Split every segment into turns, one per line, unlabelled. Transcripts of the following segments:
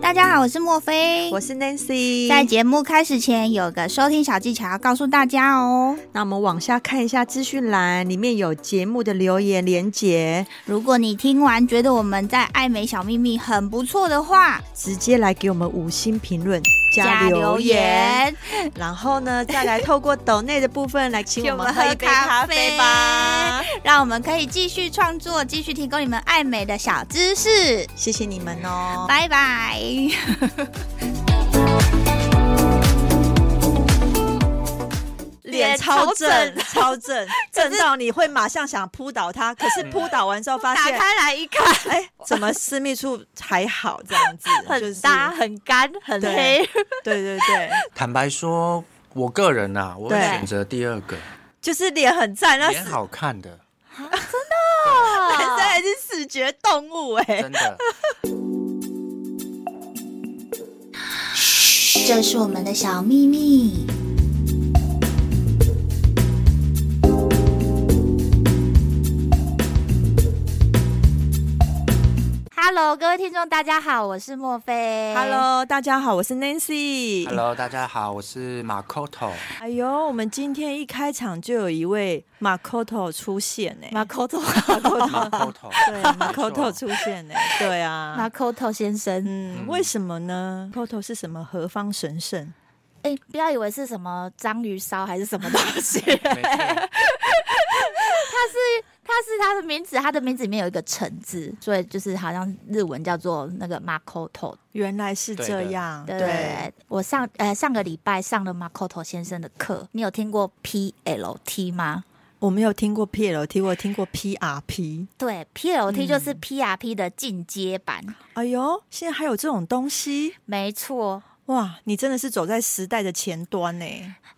大家好，我是莫菲。
我是 Nancy。
在节目开始前，有个收听小技巧要告诉大家哦。
那我们往下看一下资讯栏，里面有节目的留言连结，
如果你听完觉得我们在爱美小秘密很不错的话，
直接来给我们五星评论留言，。然后呢，再来透过抖内的部分来请
请
我
我
们
们
喝
喝
一
一
杯
杯
咖
咖
啡
啡
吧。
让我们可以继续创作，继续提供你们爱美的小知识。
谢谢你们哦。
拜拜。
脸超正，超 正，正到你会马上想扑倒他。可是扑倒完之后
嗯
发
打
现，
开来一看，
哎，怎么私密处还好这样子？就是
很搭、很干、很
对
黑。
对对对，
坦白说，我个人呐、我会
对
选择第二个，
就是脸很赞，那
脸好看 的，
男生还是视觉动物哎、
真的。
这是我们的小秘密。Hello，各位听众，大家好，我是莫菲。
Hello，大家好，我是 Nancy。
Hello，大家好，我是马 c o t o
哎呦，我们今天一开场就有一位 Makoto 出现呢、欸
马口头，
啊
马 c o t o
对 Makoto 出现呢、对
马
啊，
口头先生。
嗯，为什么呢？Makoto 是什么何方神圣？
哎、不要以为是什么章鱼烧还是什么东 西，
没错，
它是它的名字，它的名字里面有一个“橙”字，所以就是好像日文叫做那个 Makoto。
原来是
对
这
的
样，
对，我上呃上个礼拜上了 Makoto 先生的课，你有听过 PLT 吗？
我没有听过 PLT，我有听过 PRP。
对，PLT
嗯
就是 PRP 的进阶版，
哎呦，现在还有这种东西
没错。
哇！你真的是走在时代的前端呢。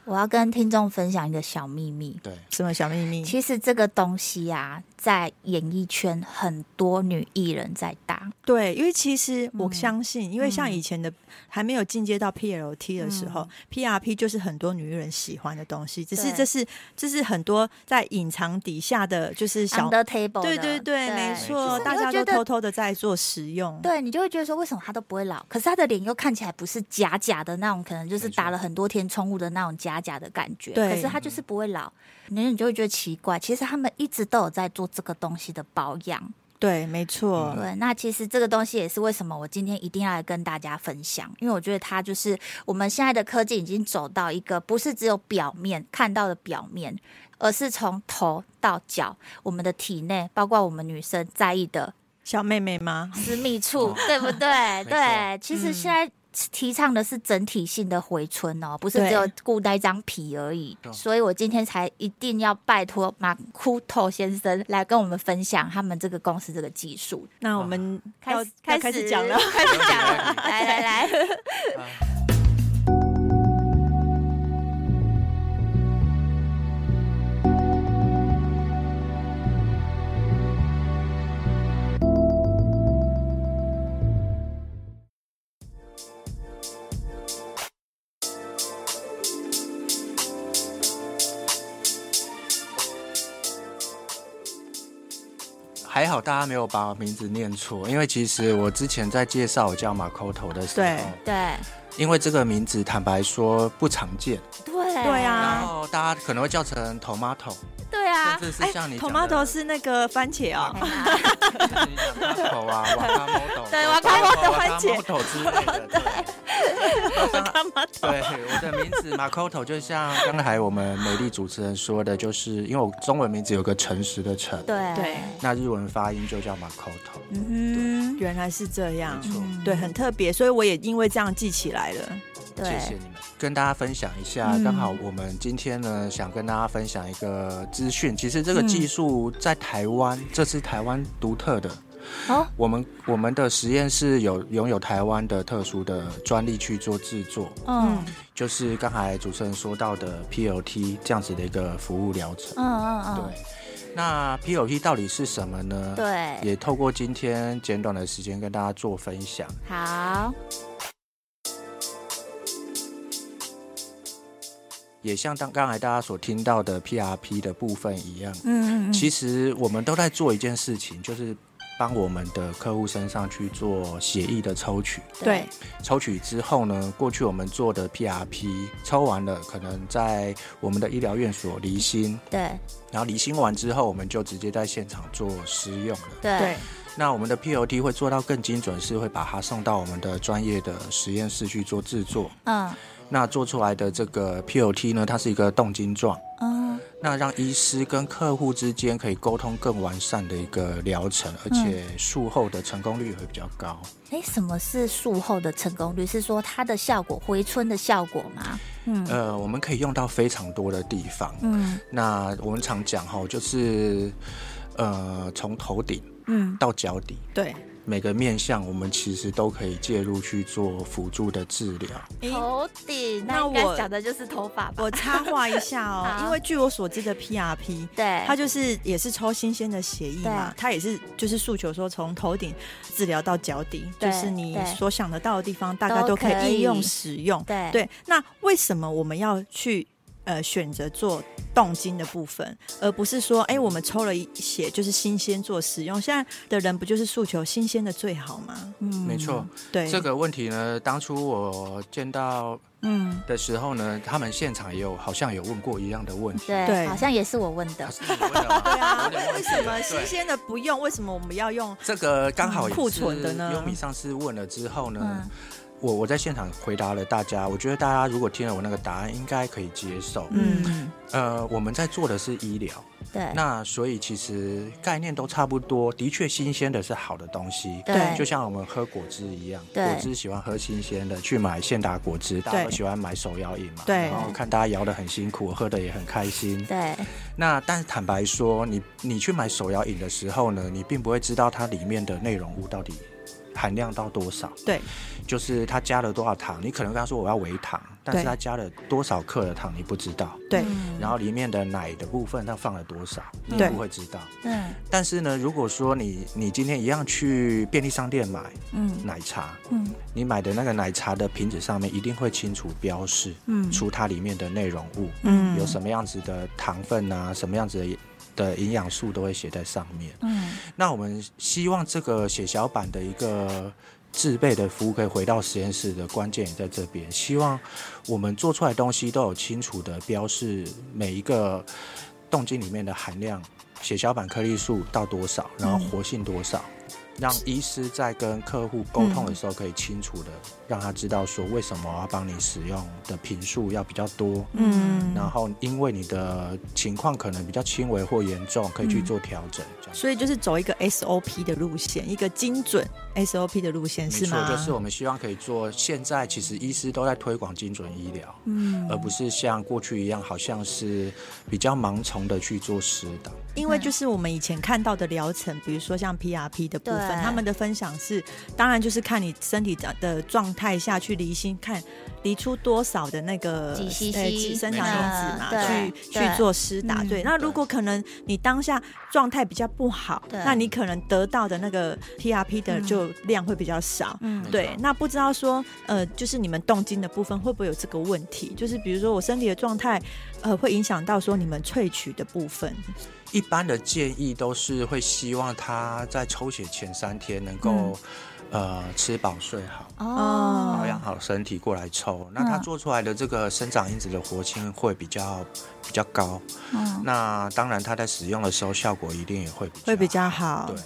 我要跟听众分享一个小秘密，
对，
什么小秘密？
其实这个东西呀、啊，在演艺圈很多女艺人在打，
对，因为其实
嗯
我相信，因为像以前的还没有进阶到 PLT 的时候、p r p 就是很多女艺人喜欢的东西，只是
嗯对
这是这是很多在隐藏底下的，就是小
under table
对
的
对对，没
就
错，
是
大
你会
家
觉
都
得
偷偷的在做使用。
对你就会觉得说，为什么他都不会老？可是他的脸又看起来不是假假的那种，可能就是
没错
打了很多天冲雾的那种假假的感觉。
对
可是他
嗯
就是不会老，然后你就会觉得奇怪。其实他们一直都有在做这个东西的保养。
对，没
嗯
错，
对，那其实这个东西也是为什么我今天一定要来跟大家分享，因为我觉得它就是我们现在的科技已经走到一个不是只有表面看到的表面，而是从头到脚，我们的体内，包括我们女生在意的
小妹妹吗？
私密处
哦，
对不对？
没错
对，其实
嗯
现在。提倡的是整体性的回春哦，不是
对
只有顾那一张皮而已。
对
所以我今天才一定要拜托马库透先生来跟我们分享他们这个公司这个技术。
那我们
开
要
始
要开始讲了。
开始讲了，来来来，
还好大家没有把我名字念错，因为其实我之前在介绍我叫马 c o t o 的时
对
候，
对
因为这个名字坦白说不常见，
对
对
然
啊，
后大家可能会叫成 Tomato，
对啊，
甚至
哎
是像你讲的
，tomato 是那个番茄 啊、
哎呀
你讲 Taco 啊，瓦卡莫豆，
对
瓦卡
Wakamoto
瓦
番
卡
茄
莫豆之类的，对。 对，我的名字 Makoto 就像刚才我们美丽主持人说的，就是因为我中文名字有个诚实的诚，，
对
对，
那日文发音就叫 Makoto，
嗯
原来是这样
没，错，
对，很特别，所以我也因为这样记起来了。
哼，
谢谢
对，
你们，跟大家分享一下，
嗯
刚好我们今天呢想跟大家分享一个资讯，其实这个技术在台湾，这是台湾独特的。
哦，
我们我们的实验室有拥有台湾的特殊的专利去做制作，
嗯
就是刚才主持人说到的 PLT 这样子的一个服务疗程
嗯。嗯嗯，
对，那 PLP 到底是什么呢？，
对，
也透过今天简短的时间跟大家做分享。
好，
也像当刚才大家所听到的 PRP 的部分一样，
嗯嗯嗯，
其实我们都在做一件事情，就是帮我们的客户身上去做血液的抽取。
对，
抽取之后呢，过去我们做的 PRP 抽完了，可能在我们的医疗院所离心，
对
然后离心完之后，我们就直接在现场做施用了。
对
对，
那我们的 POT 会做到更精准，是会把它送到我们的专业的实验室去做制作。
嗯
那做出来的这个 POT 呢，它是一个动晶状，
嗯
那让医师跟客户之间可以沟通更完善的一个疗程，而且术后的成功率也会比较高。
哎，什么是术后的成功率？是说它的效果回春的效果吗？
呃，我们可以用到非常多的地方。
嗯
那我们常讲哈，就是呃，从头顶
嗯
到脚底。
对，
每个面向，我们其实都可以介入去做辅助的治疗。
诶
头顶，
那
那应该
我
讲的就是头发吧？
我插话一下哦，
好
因为据我所知的 PRP，
对，
它就是也是抽新鲜的血液嘛，它也是就是诉求说从头顶治疗到脚底，
对
就是你
对
所想得到的地方大概
都
都可
可
以应
以
用使用。
对
对，那为什么我们要去呃选择做动经的部分，而不是说哎、我们抽了一血就是新鲜做使用？现在的人不就是诉求新鲜的最好吗？
嗯
没错，
对，
这个问题呢，当初我见到
嗯
的时候呢，他们现场也有好像有问过一样的问题。
对，
对
好像也是我问的
啊。是你问的吗
对啊
我有点忘
为
记
什
了
么新
对
鲜的不用？为什么我们要用？
这个刚好也
库
是
存的呢
优米上次问了之后呢，
嗯
我我在现场回答了大家，我觉得大家如果听了我那个答案，应该可以接受。
嗯，
呃，我们在做的是医疗，
对
那所以其实概念都差不多，的确新鲜的是好的东西。
对
就像我们喝果汁一样，
对
果汁喜欢喝新鲜的，去买现打果汁，大家都
对
喜欢买手摇饮嘛。
对
然后看大家摇得很辛苦，喝得也很开心。
对
那但是坦白说，你你去买手摇饮的时候呢，你并不会知道它里面的内容物到底含量到多少，
对
就是它加了多少糖。你可能跟他说我要微糖，但是
对
它加了多少克的糖你不知道，
对
然后里面的奶的部分它放了多少，你
对
不会知道。
嗯
但是呢，如果说你你今天一样去便利商店买
嗯
奶茶，
嗯
你买的那个奶茶的瓶子上面一定会清楚标示
嗯
出它里面的内容物。
嗯
有什么样子的糖分啊，什么样子的的营养素都会写在上面。
嗯
那我们希望这个血小板的一个制备的服务可以回到实验室的关键也在这边，希望我们做出来的东西都有清楚的标示每一个动静里面的含量，血小板颗粒数到多少，然后活性多少。让医师在跟客户沟通的时候，可以清楚的让他知道说，为什么我要帮你使用的频数要比较多，
嗯
然后因为你的情况可能比较轻微或严重，可以去做调整，这样。
所以就是走一个 SOP 的路线，一个精准 SOP 的路线
没
是
错，
吗？
就是我们希望可以做。现在其实医师都在推广精准医疗，
嗯
而不是像过去一样，好像是比较盲从的去做施打。
因
嗯
为就是我们以前看到的疗程，比如说像 PRP 的部分
对，
他们的分享是，当然就是看你身体的的状态下去离心，看离出多少的那个
几 cc
呃几生长因子嘛，
嗯
去
对
去做施打。
嗯
对，那如果可能你当下状态比较不好，
对
那你可能得到的那个 PRP 的就量会比较少。
嗯
没
对
错，
那不知道说，呃，就是你们动经的部分会不会有这个问题？就是比如说我身体的状态，呃，会影响到说你们萃取的部分。
一般的建议都是会希望他在抽血前三天能够、
嗯
呃吃饱睡好。
哦
保养好身体过来抽，那
嗯
它做出来的这个生长因子的活性会比较比较高，
嗯
那当然它在使用的时候效果一定也会比较
会比较好
对，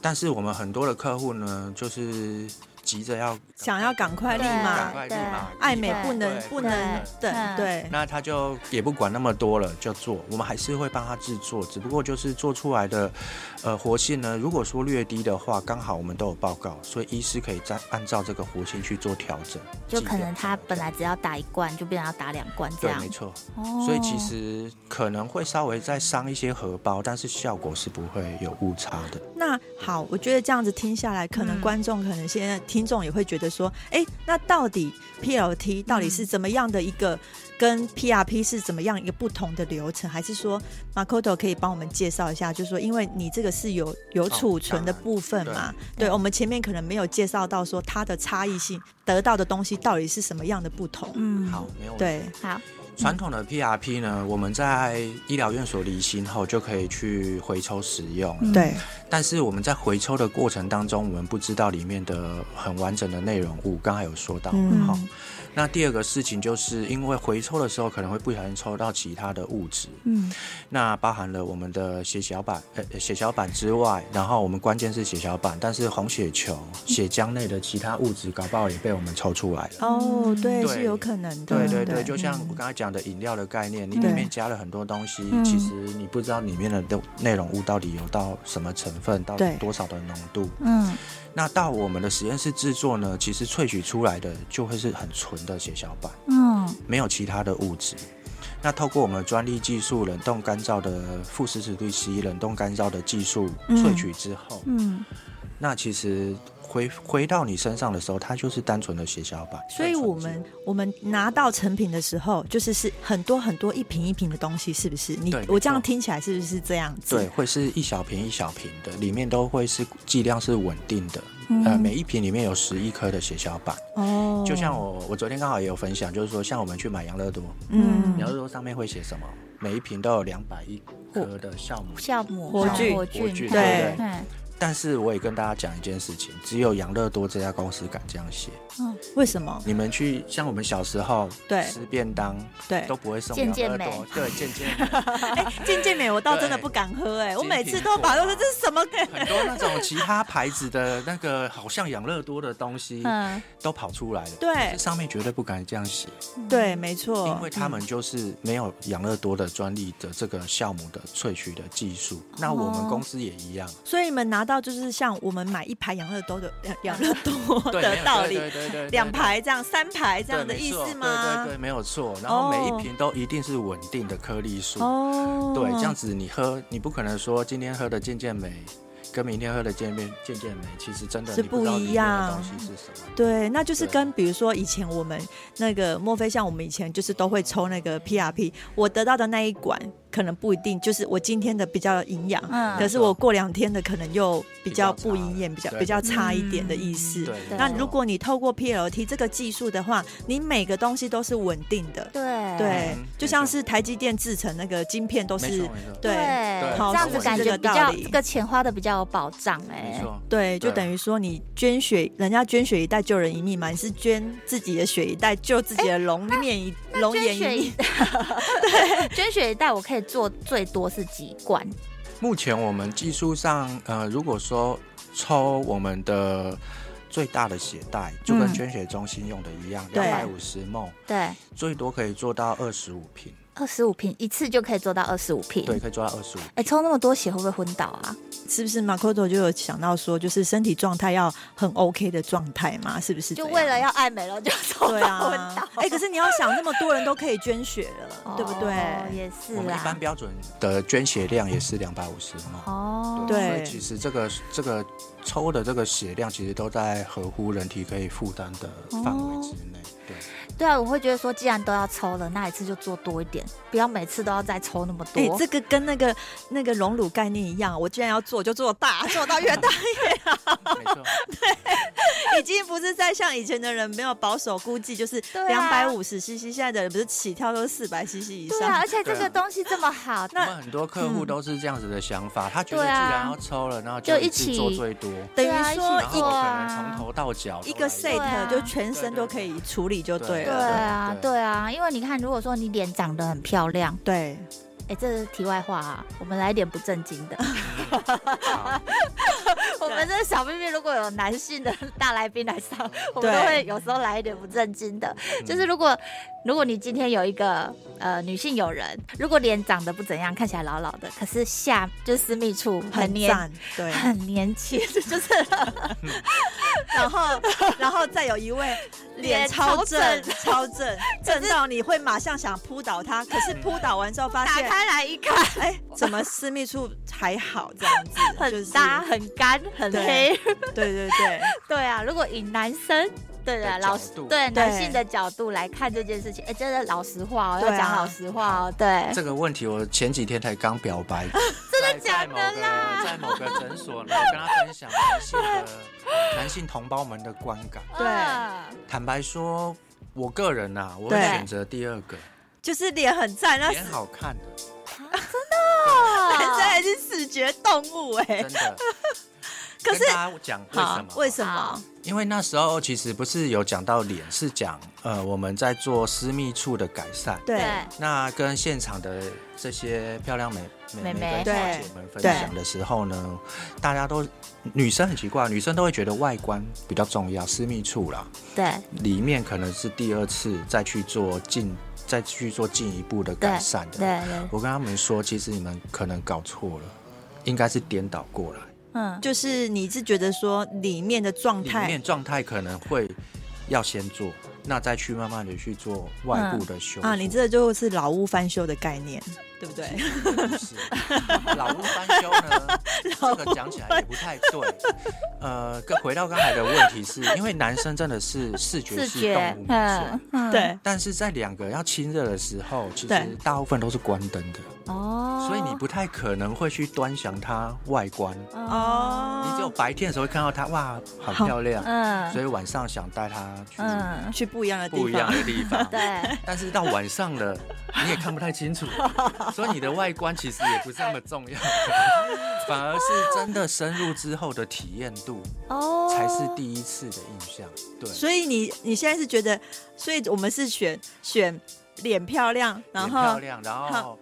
但是我们很多的客户呢，就是急着要
想要赶快立
赶
马，
快立马
爱美
对
不能
对
不能等，对
那他就也不管那么多了，就做。我们还是会帮他制作，只不过就是做出来的，呃，活性呢，如果说略低的话，刚好我们都有报告，所以医师可以再按照这个活性去做调整。
就
剂
可能
量
他
调整
本来只要打一罐，就变成要打两罐这
对，
样
没。错。
哦
所以其实可能会稍微再伤一些荷包，但是效果是不会有误差的。
那好，我觉得这样子听下来，可能
嗯
观众、可能现在听众也会觉得说，哎、那到底 PLT 到底是怎么样的一个，跟 PRP 是怎么样一个不同的流程？还是说 Makoto 可以帮我们介绍一下？就是说，因为你这个是有有储存的部分
当
嘛，
然
对我们前面可能没有介绍到说它的差异性，得到的东西到底是什么样的不同？
嗯
好，没有问题。
对，
好，
传统的 PRP 呢，我们在医疗院所离心后就可以去回抽使用了。
嗯
对，
但是我们在回抽的过程当中，我们不知道里面的很完整的内容物，刚才有说到。
嗯
好，那第二个事情就是因为回抽的时候可能会不小心抽到其他的物质，
嗯，
那包含了我们的血小板，呃，血小板之外，然后我们关键是血小板，但是红血球、血浆内的其他物质搞不好也被我们抽出来了。
哦，对，
嗯对
是有可能的，
对对对，就像我刚才讲的饮料的概念，你
嗯对
里面加了很多东西，
嗯
其实你不知道里面的内内容物到底有到什么成分，到
对
多少的浓度。
嗯，
那到我们的实验室制作呢，其实萃取出来的就会是很纯的血小板，
嗯，
没有其他的物质。那透过我们专利技术、冷冻干燥的负十尺度 C 冷冻干燥的技术
嗯
萃取之后，
嗯，
那其实回回到你身上的时候，它就是单纯的血小板。
所以
单纯
我
的
们我们拿到成品的时候，就是是很多很多一瓶一瓶的东西，是不是？你
对没
我这样
错
听起来是不是这样子？
对，，会是一小瓶一小瓶的，里面都会是剂量是稳定的。呃，
嗯
每一瓶里面有十一颗的血小板，
哦，
就像我我昨天刚好也有分享，就是说像我们去买养乐多，
嗯
养乐多上面会写什么？每一瓶都有两百一颗的酵母。
哦
酵母
活菌
活
活菌
菌，
对
对但是我也跟大家讲一件事情，只有养乐多这家公司敢这样写。
嗯
为什么？
你们去像我们小时候
对
吃便当
对
都，不会送
健
养
健
乐
美
多，对健健 美
健健美我倒真的
对
不敢喝，哎，我
精
每
品
次都把
果
都说这是什么？
很多那种其他牌子的那个好像养乐多的东西，
嗯，
都跑出来了。
对哦
这上面绝对不敢这样写，
对，没错，
因为他们就是没有养乐多的专利的这个酵母的萃取的技术。
哦
那我们公司也 一样，
所以你们拿到就是像我们买一排养乐多的呃养乐多
对，没
的
有
道
对
理，
对对对，对
两。排这样、三排这
对
样的意思吗？
对对对，没有错。然后每
哦
一瓶都一定是稳定的颗粒数，
哦，
对，这样子你喝，你不可能说今天喝的健健美，跟明天喝的健健健健美，其实真的
是
你不知道
不一
里面的
样
东西是什么。
对，那就是
对
跟比如说以前我们那个，莫非像我们以前就是都会抽那个 PRP，我得到的那一管可能不一定，就是我今天的比较营养，
嗯
可是我过两天的可能又比较不营养，比
比
较比较
较差
差一点的意
嗯
思。
对，没
那
错
如果你透过 PLT 这个技术的话，你每个东西都是稳定的，
对
对
嗯，
就像是台积电制成那个晶片都
没
是
错，没错
对
对
这样子感觉比
好像
较
我是这个道理
这个钱花的比较有保障
没
哎，
错，
对，就
对
等于说你捐血，人家捐血一袋救人一命嘛，你是捐自己的血一袋救自己的龙面一龙
哎捐
眼
血
一命，
对，捐血一袋我可以做最多是几罐？
目前我们技术上，呃，如果说抽我们的最大的血袋，就跟
嗯
捐血中心用的一样，
对
两百五十梦，
对，
最多可以做到二十五瓶，
二十五瓶一次就可以做到二十五瓶。
对，，可以做到二十五。
哎，抽那么多血会不会昏倒啊？
是不是？马可多就有想到说，就是身体状态要很 OK 的状态嘛，是不是这
就
样？
为了要爱美了就抽
对
到昏倒
啊，，哎、可是你要想，那么多人都可以捐血了，对不对？
哦也是
我们一般
啦。
标准的捐血量也是两百五十梦。
哦，
对
所以其实这个这个抽的这个血量，其实都在合乎人体可以负担的范围之内。对，
对啊，我会觉得说，既然都要抽了，那一次就做多一点，不要每次都要再抽那么多。
哎、这个跟那个那个荣辱概念一样，我既然要做，就做大，做到越 大。
没错，
已经不是再像以前的人没有保守估计，就是
对
两百
啊
五十 CC，现在的人不是起跳都是四百 CC 以
对
上。
啊，而且这
对
个
啊
东西这么 好，
我
那
们很多客户
嗯
都是这样子的想法，他觉得
对
既
啊
然要抽了，然后
就
一
一
次
起
做最多，
等
对啊一
于
起
说
然后
一
可
做啊
能从头到脚都
一个
来
对
set
啊
就全身都可以处理就对
对
对
了。
啊，
对
对啊，因为你看，如果说你脸长得很漂亮，
对，
哎，这是题外话啊，我们来点不正经
嗯
的。
好
我们这小秘密如果有男性的大来宾来上，我们
嗯对嗯
都会有时候来一点不正经的，就是如果如果你今天有一个呃女性友人，如果脸长得不怎样，看起来老老的，可是下就私密处很
很
年
赞。对，
很年轻，就是
然后然后再有一位脸
脸
超
超
正
正嗯
超正，正到你会马上想扑倒他，可是扑倒完之后发
打
现，
开来一看，
哎，怎么私密处还好这样子，就
很
是
搭、很干、很
对
黑。
对对对。
对啊，如果以男生。对的，
的
老
角度
对
对
男性的角度来看这件事情，哎，真的老实话哦，要
对啊
讲老实话哦，对，
这个问题我前几天才刚表 白，真的
假的啦
在某个诊所呢，我跟他分享男性的男性同胞们的观感。
对
嗯
坦白说，我个人呐、啊，我会
对
选择第二个，
就是脸很赞，那
脸好看的，
男生
哦
还是视觉动物哎、
真的。
可是
跟大家讲为什
好
么？，
为什
好
么？
因为那时候其实不是有讲到脸，是讲呃我们在做私密处的改善。
对
那跟现场的这些漂亮美
妹
美
妹
妹跟小姐们分
对
享的时候呢，大家都女生很奇怪，女生都会觉得外观比较重要，私密处啦，
对
里面可能是第二次再去做进再去做进一步的改善的。
对对，
我跟他们说，其实你们可能搞错了，应该是颠倒过来，
嗯，
就是你是觉得说里面的状
里
态
面状态可能会要先做，那再去慢慢的去做外部的修复。
啊，你这就是老屋翻修的概念，对不 对？
不是老屋翻修呢，这个讲起来也不太对。呃，跟回到刚才的问题是，因为男生真的是视觉
视
系动
觉
物，，
嗯
嗯，
嗯，
对，
但是在两个要亲热的时候，其
对
实大部分都是关灯的，
哦，
所以你不太可能会去端详它外观。
嗯
你只有
哦，
白天的时候会看到它，哇，好
好
漂亮，
嗯
所以晚上想带它去
嗯，
去不一样的地
不一样
方，
的地 方。
对，
但是到晚上 了，你也看不太清楚，所以你的外观其实也不是那么重 要，反而是真的深入之后的体验度
哦，
才是第一次的印象。对，
所以你你现在是觉得，所以我们是选选脸漂亮，然
脸漂
后
亮，然后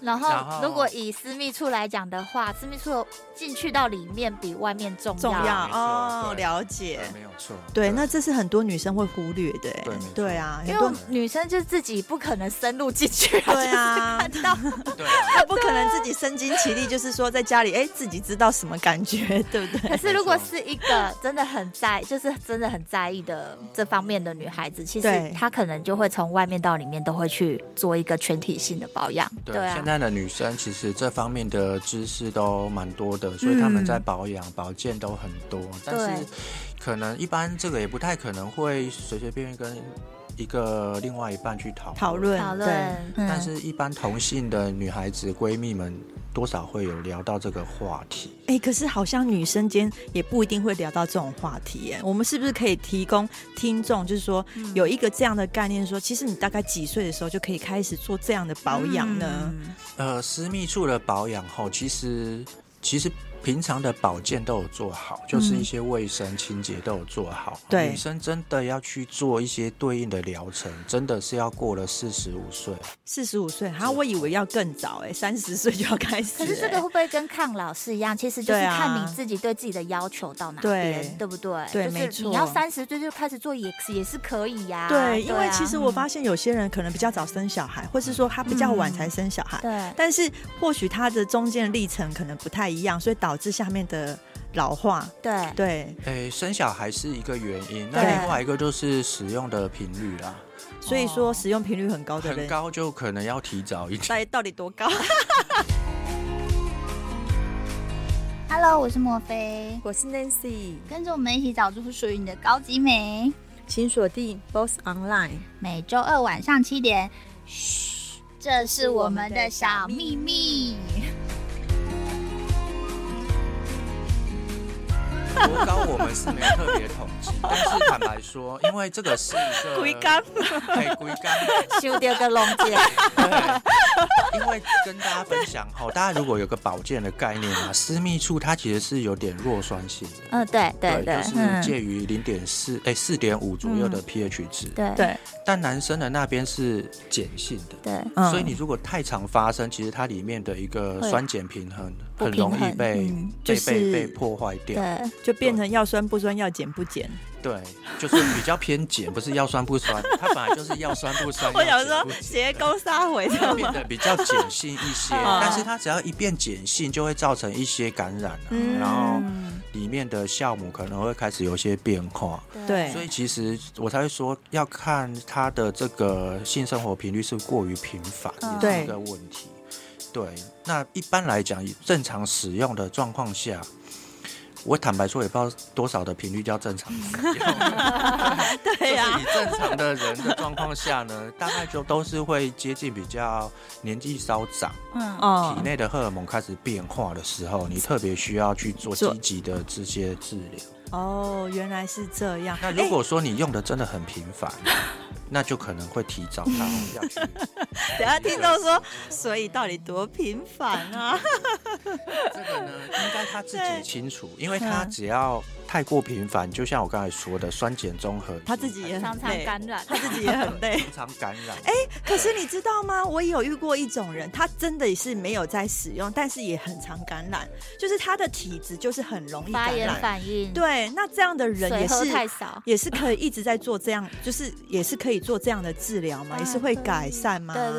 然后，
然后
如果以私密处来讲的话，私密处进去到里面比外面重要。
重要
没错
哦，
对
了解。
呃对没有错。
对，那这是很多女生会忽略的欸，
对没错
对啊，
因
很
为
多
我女生就自己不可能深入进去、啊，
对啊，
看到
对啊，
她不可能自己身经其力，就是说在家里，哎，自己知道什么感觉，对不
可
对？
是如果是一个真的很在，就是真的很在意的这方面的女孩子，其实
对
她可能就会从外面到里面都会去做一个全体性的保养。
对
啊
现，在的女生其实这方面的知识都蛮多的，所以她
嗯
们在保养、保健都很多，但
对
是可能一般这个也不太可能会随随便便跟一个另外一半去讨
讨论
讨论
对，
嗯
但是，一般同性的女孩子闺蜜们多少会有聊到这个话题。
哎、可是好像女生间也不一定会聊到这种话题耶。我们是不是可以提供听众，就是说
嗯
有一个这样的概念说其实你大概几岁的时候就可以开始做这样的保养呢？
嗯
呃，私密处的保养后，其实其实平常的保健都有做好，就是一些卫生清洁都有做好。
嗯对
女生真的要去做一些对应的疗程，真的是要过了四十五岁。
四十五岁，哈，我以为要更早哎，三十岁 就要开始
可
哎。
是这个会不会跟抗老是一样？其实就是
对啊
看你自己对自己的要求到哪边，
对
不对？
对没
就是
错
你要三十岁就开始做也也是可以呀、
对，因为
啊
其实我发现有些人可能比较早生小孩，或是说他比较晚才生小孩，
嗯对
但是或许他的中间历程可能不太一样，所以导致下面的老化。
对
对，
诶，生小孩是一个原因，那
对
另外一个就是使用的频率啦，
所以
哦
说使用频率很高的
很
人，
高就可能要提早一点。
到底到底多高？
Hello，我是莫菲，
我是 Nancy，
跟着我们一起找出属于你的高级美。
请锁定 Boss Online。
每周二晚上七点，嘘，这是我们的小秘密。
多高我们是没有特别统计，但是坦白说，因为这个是一个
龟缸，
哎，龟缸，
修掉个龙姐，
对，因为跟大家分享哈，大家如果有个保健的概念啊，私密处它其实是有点弱酸性的，
嗯，对对对，
就是
嗯，
介于零点四哎四点五左右的 pH 值，
对
对，
但男生的那边是碱性的。
对
嗯
所以你如果太常发生，其实它里面的一个
会
酸碱平衡
不
很
平
容
衡
易被
嗯
被
就是
被被破坏掉。
对，
就变成要酸不酸，要减不减。
对，就是比较偏碱，不是要酸不酸，它本来就是要酸不 酸。
我
要
想
碱
说
不碱
斜勾杀回，知道
变
吗？
得比较碱性一 些，
嗯
但是它只要一变碱性，就会造成一些感染、啊
嗯
然后里面的酵母可能会开始有一些变化。
对
所以其实我才会说，要看它的这个性生活频率是过于频繁，
嗯
也是一个问题。对，那一般来讲，以正常使用的状况下，我坦白说也不知道多少的频率叫正常使用。
对啊呀
就是以正常的人的状况下 呢，大概就都是会接近比较年纪稍长，
嗯，
哦
体，内的荷尔蒙开始变化的时候，你特别需要去做
做
积极的这些治疗。
哦，原来是这样。
那如果说你用的真的很频繁，那就可能会提早它要去。
等下听众说，所以到底多频繁啊？
这个呢，应该他自己
对
清楚，因为他只要太过频繁，就像我刚才说的，酸碱中和，
他自己也
常
很
常
累，
感染。
他自己也很 累。
经常感 染。
哎、可是你知道吗？我也有遇过一种人，他真的是没有在使用，但是也很常感染，就是他的体质就是很容 易
发
感
炎
染。
反应，，
对，那这样的人
水
也
喝太
是
少，
也是可以一直在做这样，就是也是可以做这样的治疗嘛，
当
也
然
是会改善嘛。
对对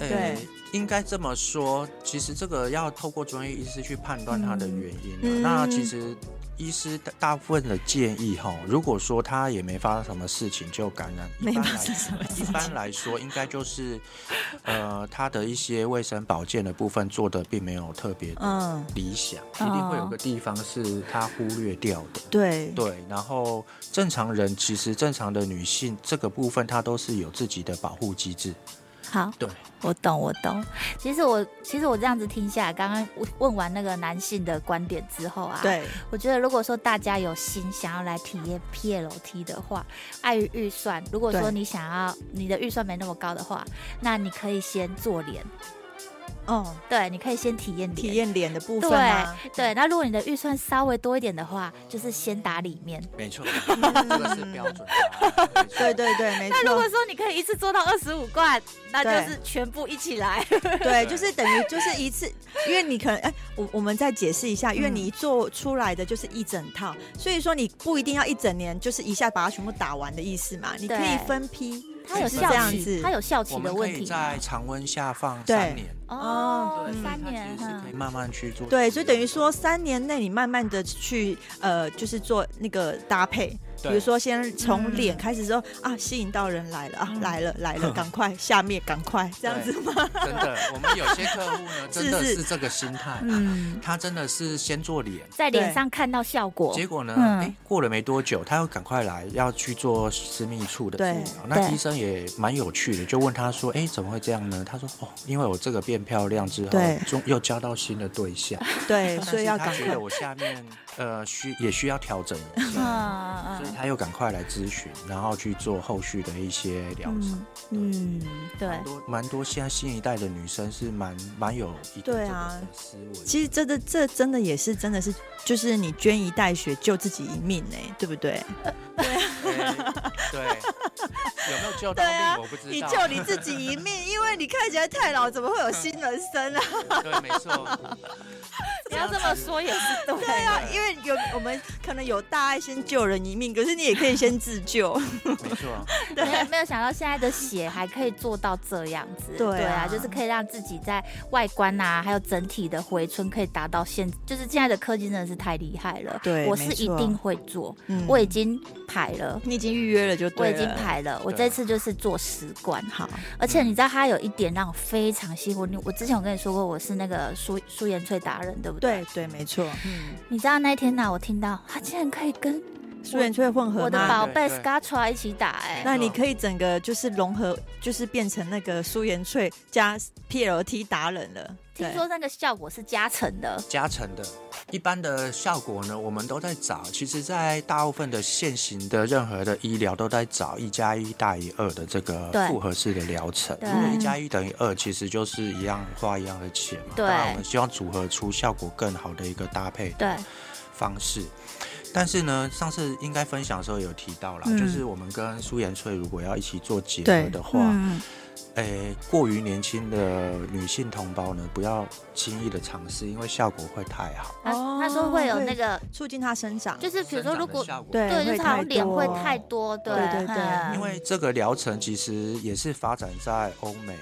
对对，
哎
对
应该这么说，其实这个要透过专业医师去判断它的原因、啊
嗯
那其实医师大大部分的建议哈，如果说他也没发生什么事情就感染，一
没
般
发
来
生什么事
一般来说，应该就是呃他的一些卫生保健的部分做的并没有特别的
嗯，
理想，一定会有
哦
个地方是他忽略掉的。
嗯对
对，然后正常人其实正常的女性这个部分，她都是有自己的保护机制。
好，
对，
我懂，我懂。其实我其实我这样子听下来，刚刚问问完那个男性的观点之后啊，，
对，
我觉得如果说大家有心想要来体验 PLT 的话，碍于预算，如果说
对
你想要你的预算没那么高的话，那你可以先做脸，
哦，
对，你可以先体验
体
脸。
验脸的部分啊，
对对，那如果你的预算稍微多一点的话，就是先打里面。
没错，这个是标准答 案。
嗯对对对，没
那如果
错，
说你可以一次做到二十五罐，那
对
就是全部一起来。
对，就是等于就是一次，因为你可能哎，我我们再解释一下，因为你做出来的就是一整套，所以说你不一定要一整年，就是一下把它全部打完的意思嘛，你可以
对
分批，
它有
是
效
不是这样
期，
子，
它有效期
我
的
们可
问
以
题
在常温下放
对
三年，
哦
对，
三
它
年
其实是可以
哈，
慢慢去做。
对，就等于说三年内你慢慢的去呃，就是做那个搭配，比
对
如说先从
嗯
脸开始之后啊，吸引到人来了啊，来了来 了，赶快下面赶快这样子吗？
真的，我们有些客户呢，真的
是
是这个心态，
嗯，
他真的是先做脸。
在脸上看到效果，
结果呢？
嗯
哎、过了没多久，他又赶快来要去做私密处的治
对
疗。那
对
医生也蛮有趣的，就问他说：“哎、怎么会这样呢？”他说：“哦，因为我这个变漂亮之后
对，
就又交到新的对象，
对，
但
所以
是
要
他
赶
觉
快
得。我下面呃需也需要调整 一下。”
嗯
所以他又赶快来咨询，然后去做后续的一些疗程。
嗯，对
蛮，多蛮多，现在新一代的女生是蛮蛮有一个
对
这个
啊
的思维。
其实真的，这真的也是，真的是，就是你捐一袋血救自己一命呢、对不对？
哎对， 有没有救到
对啊
命我不知道。
你救你自己一命，因为你看起来太老，怎么会有新人生啊？
对，没错。
不要这么说也是对
对啊，因为有我们可能有大爱先救人一命，可是你也可以先自救。
没错，
对
没有没有想到现在的血还可以做到这样子，
对啊
啊，就是可以让自己在外观啊，还有整体的回春可以达到现，就是现在的科技真的是太厉害了。
对
我是
没
一
错
定会做，
嗯
我已经排了。
你已经预约了就
我
对啊
已
了，
经排了，我这
对
次就是做十罐，
好，
而且你知道它有一点让我非常喜欢，你我之前有跟你说过我是那个舒舒颜萃达人，对不对？
对对，没错。嗯，
你知道那一天呢、我听到他竟然可以跟
素颜萃混合
我的
吗？
宝贝
对对
Scartra 一起打、哎，
那你可以整个就是融合，就是变成那个素颜萃加 PLT 达人了。
听
对
说那个效果是加成的，
加成的。一般的效果呢，我们都在找。其实，在大部分的现行的任何的医疗都在找一加一大于二的这个
对
复合式的疗程。
对
如果一加一等于二，其实就是一样花一样的钱嘛。
对
当然我们希望组合出效果更好的一个搭配
对，
方式。但是呢，上次应该分享的时候有提到啦，
嗯
就是我们跟苏妍翠如果要一起做结
对
合的话，
嗯
诶，过于年轻的女性同胞呢，不要轻易的尝试，因为效果会太好。
他
哦
他说会有那个，
促进它生长，
就是比如说如果
生长的效果
对
对，就是
会
好
太
像脸会
多
太多，对
对对对
嗯
因为这个疗程其实也是发展在欧美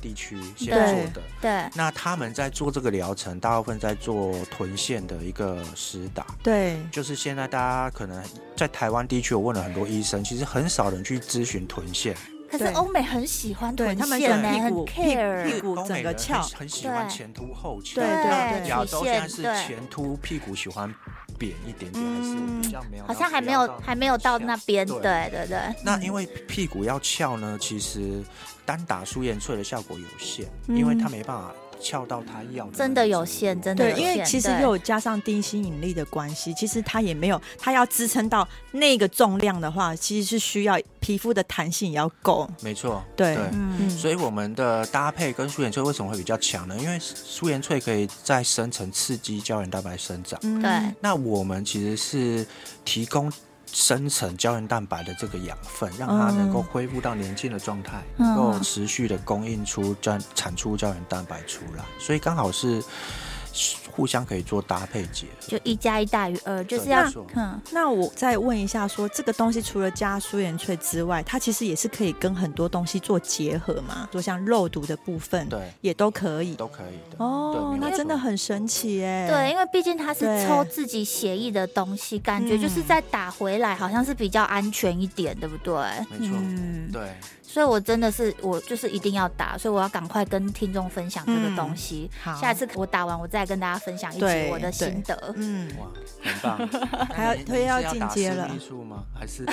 地区先做的。
嗯对
那他们在做这个疗程，大部分在做臀线的一个施打。
对
就是现在大家可能在台湾地区，我问了很多医生，其实很少人去咨询臀线。
可是
对
欧美很喜欢
对，
臀
他们喜
线
欢
呢，
屁
很
股屁屁
care，
股
欧
整
美
个
人
翘
很，很喜欢
对
前凸后
对
翘。
对对
对，
亚
曲
洲现在
线
是
对，
前凸，屁股喜欢扁一点点，还
嗯
是比较没有那种比较到？
好像还没有还没有到那边，
对
对对对，
那因为屁股要翘呢，其实单打舒颜萃的效果有限，因为它没办法撬到他要的那一只，
嗯真的有限真的
对，
有
因为
限
其实
对
又有加上地心引力的关系，其实它也没有，它要支撑到那个重量的话，其实是需要皮肤的弹性也要够。
没错，
对
嗯，
所以我们的搭配跟素颜萃为什么会比较强呢？因为素颜萃可以在深层刺激胶原蛋白生长，
嗯
对，
那我们其实是提供深层胶原蛋白的这个养分，让它
嗯
能够恢复到年轻的状态，
嗯
能够持续的供应出胶产出胶原蛋白出来，所以刚好是互相可以做搭配结合。
就一加一大于二，就是
对
要
没错
嗯
那我再问一下说这个东西除了加苏颜萃之外，它其实也是可以跟很多东西做结合嘛，做像肉毒的部分，，
对，
也都可以。
都可以的。
哦
对，没
那
有
真的
错
很神奇哎。
对，，因为毕竟它是
对
抽自己血液的东西，感觉就是
嗯
再打回来好像是比较安全一点，对不对？
没错
嗯，
对，
所以我真的是我就是一定要打，所以我要赶快跟听众分享这个东西。
嗯好，
下次我打完，我再跟大家分享一
对
集我的心得。
嗯，
哇，很 棒！
还要
那你
推
你
要
是
进
打
阶
私
了
密术吗？还是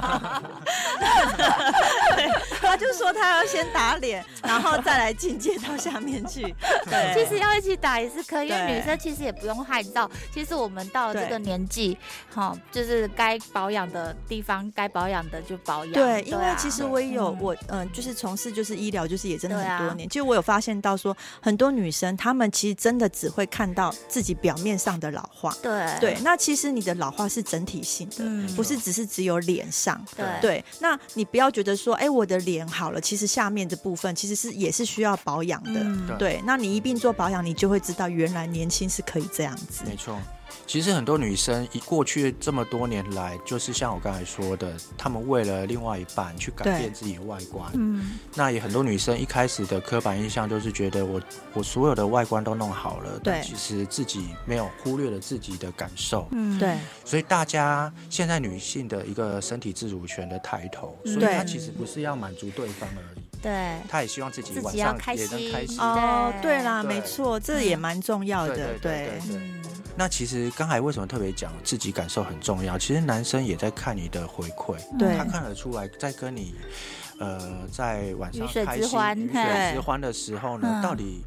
他就说他要先打脸，
嗯
然后再来进阶到下面 去。对，
其实要一起打也是可以，因为
对
女生其实也不用害臊。其实我们到了这
对
个年纪，好、就是该保养的地方，该保养的就保养。
对，因为
啊
其实我也有
嗯
我嗯、就是从事就是医疗，就是也真的
对啊
很多年。其实我有发现到说，很多女生她们其实真的只会看到自己表面上的老化。
对
对，那其实你的老化是整体性的，
嗯
不是只是只有脸上。
对
对，那你不要觉得说，哎、我的脸好了，其实下面的部分其实是也是需要保养的。
嗯
对，那你一并做保养，你就会知道原来年轻是可以这样子。
没错，其实很多女生一过去这么多年来，就是像我刚才说的，她们为了另外一半去改
对
变自己的外观。
嗯，
那也很多女生一开始的刻板印象就是觉得我我所有的外观都弄好了，但
对
其实自己没有忽略了自己的感受。
嗯
对，
所以大家现在女性的一个身体自主权的抬头，所以
对
她其实不是要满足对方而
嗯
已，
嗯
对，
她也希望自己
自己
晚
要
上
开
也能开
心
心。
哦，
对
对啦，
对
没错，这也蛮重要
对
的。对
对对。
嗯
那其实刚才为什么特别讲自己感受很重要？其实男生也在看你的回馈，
对
他看得出来，在跟你，呃，在晚上
鱼水之
开心
欢
鱼
嘿
水之欢的时候呢
嗯，
到底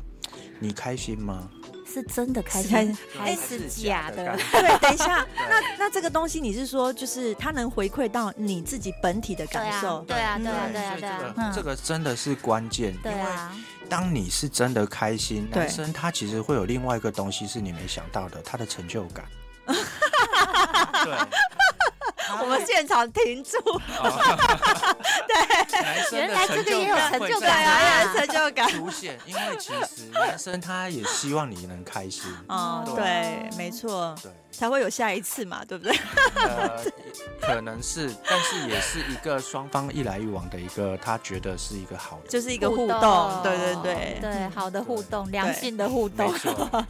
你开心吗？
是真的开
是开
心
心
还
哎
是假的
感？觉
对，等一下，那那这个东西你是说，就是它能回馈到你自己本体的感受？
对啊，对啊，对啊，
所
对
以这
啊
个，
嗯
这个真的是关键，因
对
为
啊，
当你是真的开心，
对
男生他其实会有另外一个东西是你没想到的，他的成就 感。对，
我们现场停 住，
哦男 生
原来这个也有成就
对
感
啊，
啊
有成就感。
出现，因为其实男生他也希望你能开心，
哦，对，没错，
对，
才会有下一次嘛，对 不对？
呃，可能是，但是也是一个双方一来一往的一个，他觉得是一个好的，
就是一个互动，
动，哦
对对对，
对，好的互动，良性的互
没
动。
错，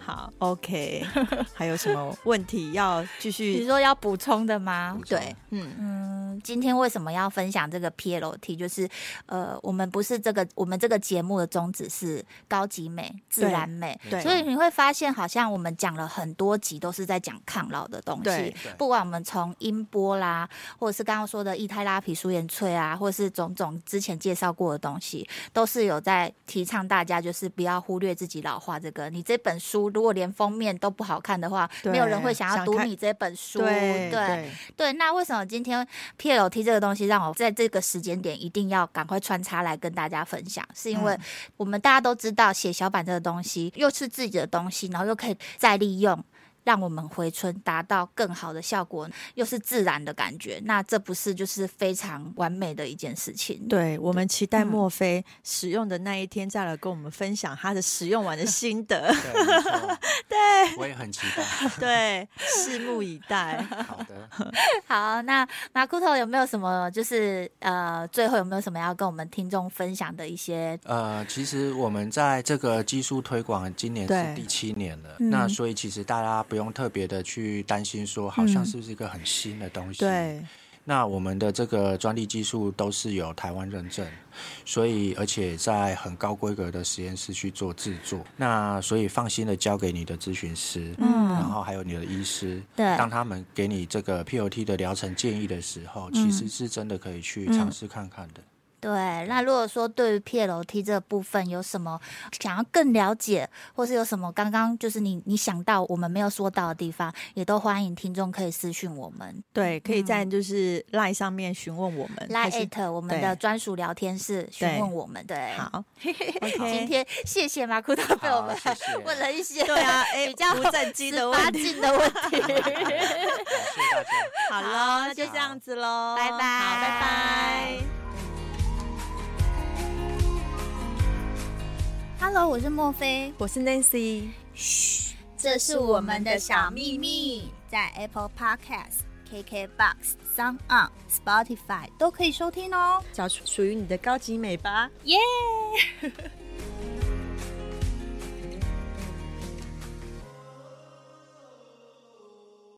好，OK，还有 什么问题要 继
你
续？
说要补充的吗？
对，嗯，
嗯，今天为什么要分享这个 PLT？就是呃，我们不是这个，我们这个节目的宗旨是高级美、自
对
然美，
对
所以你会发现，好像我们讲了很多集都是在讲抗老的东
对
西，不管我们从音波啦，或者是刚刚说的异泰拉皮舒颜萃啊，或者是种种之前介绍过的东西，都是有在提倡大家就是不要忽略自己老化这个。你这本书如果连封面都不好看的话，
对
没有人会想要
想
读
看
你这本书。
对对，
对，那为什么今天 PLT 这个东西让我在这个时间点一定要赶快穿插来跟大家分享？是因为我们大家都知道写小板这个东西又是自己的东西，然后又可以再利用。让我们回春，达到更好的效果，又是自然的感觉，那这不是就是非常完美的一件事情？
对，我们期待
嗯
墨菲使用的那一天再来跟我们分享他的使用完的心得。
对，没错
对
我也 很期待。
对，拭目以待。
好的，
好，那马库头有没有什么就是呃，最后有没有什么要跟我们听众分享的一些？
呃，其实我们在这个技术推广，今年
对
是第七年了，
嗯
那所以其实大家不用特别的去担心说，好像
嗯
是不是一个很新的东西。
对，
那我们的这个专利技术都是有台湾认证，所以而且在很高规格的实验室去做制作，那所以放心的交给你的咨询师，然
嗯，
后还有你的医师，
对
当他们
嗯
给你这个 POT 的疗程建议的时候，其实是真的可以去尝试看看的。
对，那如果说对于 PLT 这部分有什么想要更了解，或是有什么刚刚就是你你想到我们没有说到的地方，也都欢迎听众可以私讯我们
对，可以在就是赖上面询问我们，
来
嗯还是
嗯 at 我们
对
的专属聊天室询问我们。对，
好 ，OK，
今天谢谢马库特被我们
好谢谢
问了一些
对 啊，哎，
比较
无正经的
十
问
八
题，
禁的问题。
谢谢大家。
好喽，那就这样子喽，
拜拜
好拜拜。
Hello，我是莫菲，
我是 Nancy，
嘘，这是我们的小秘密，在 Apple Podcast、KKBox、Sound On、Spotify 都可以收听哦，
找出属于你的高级美吧。
耶、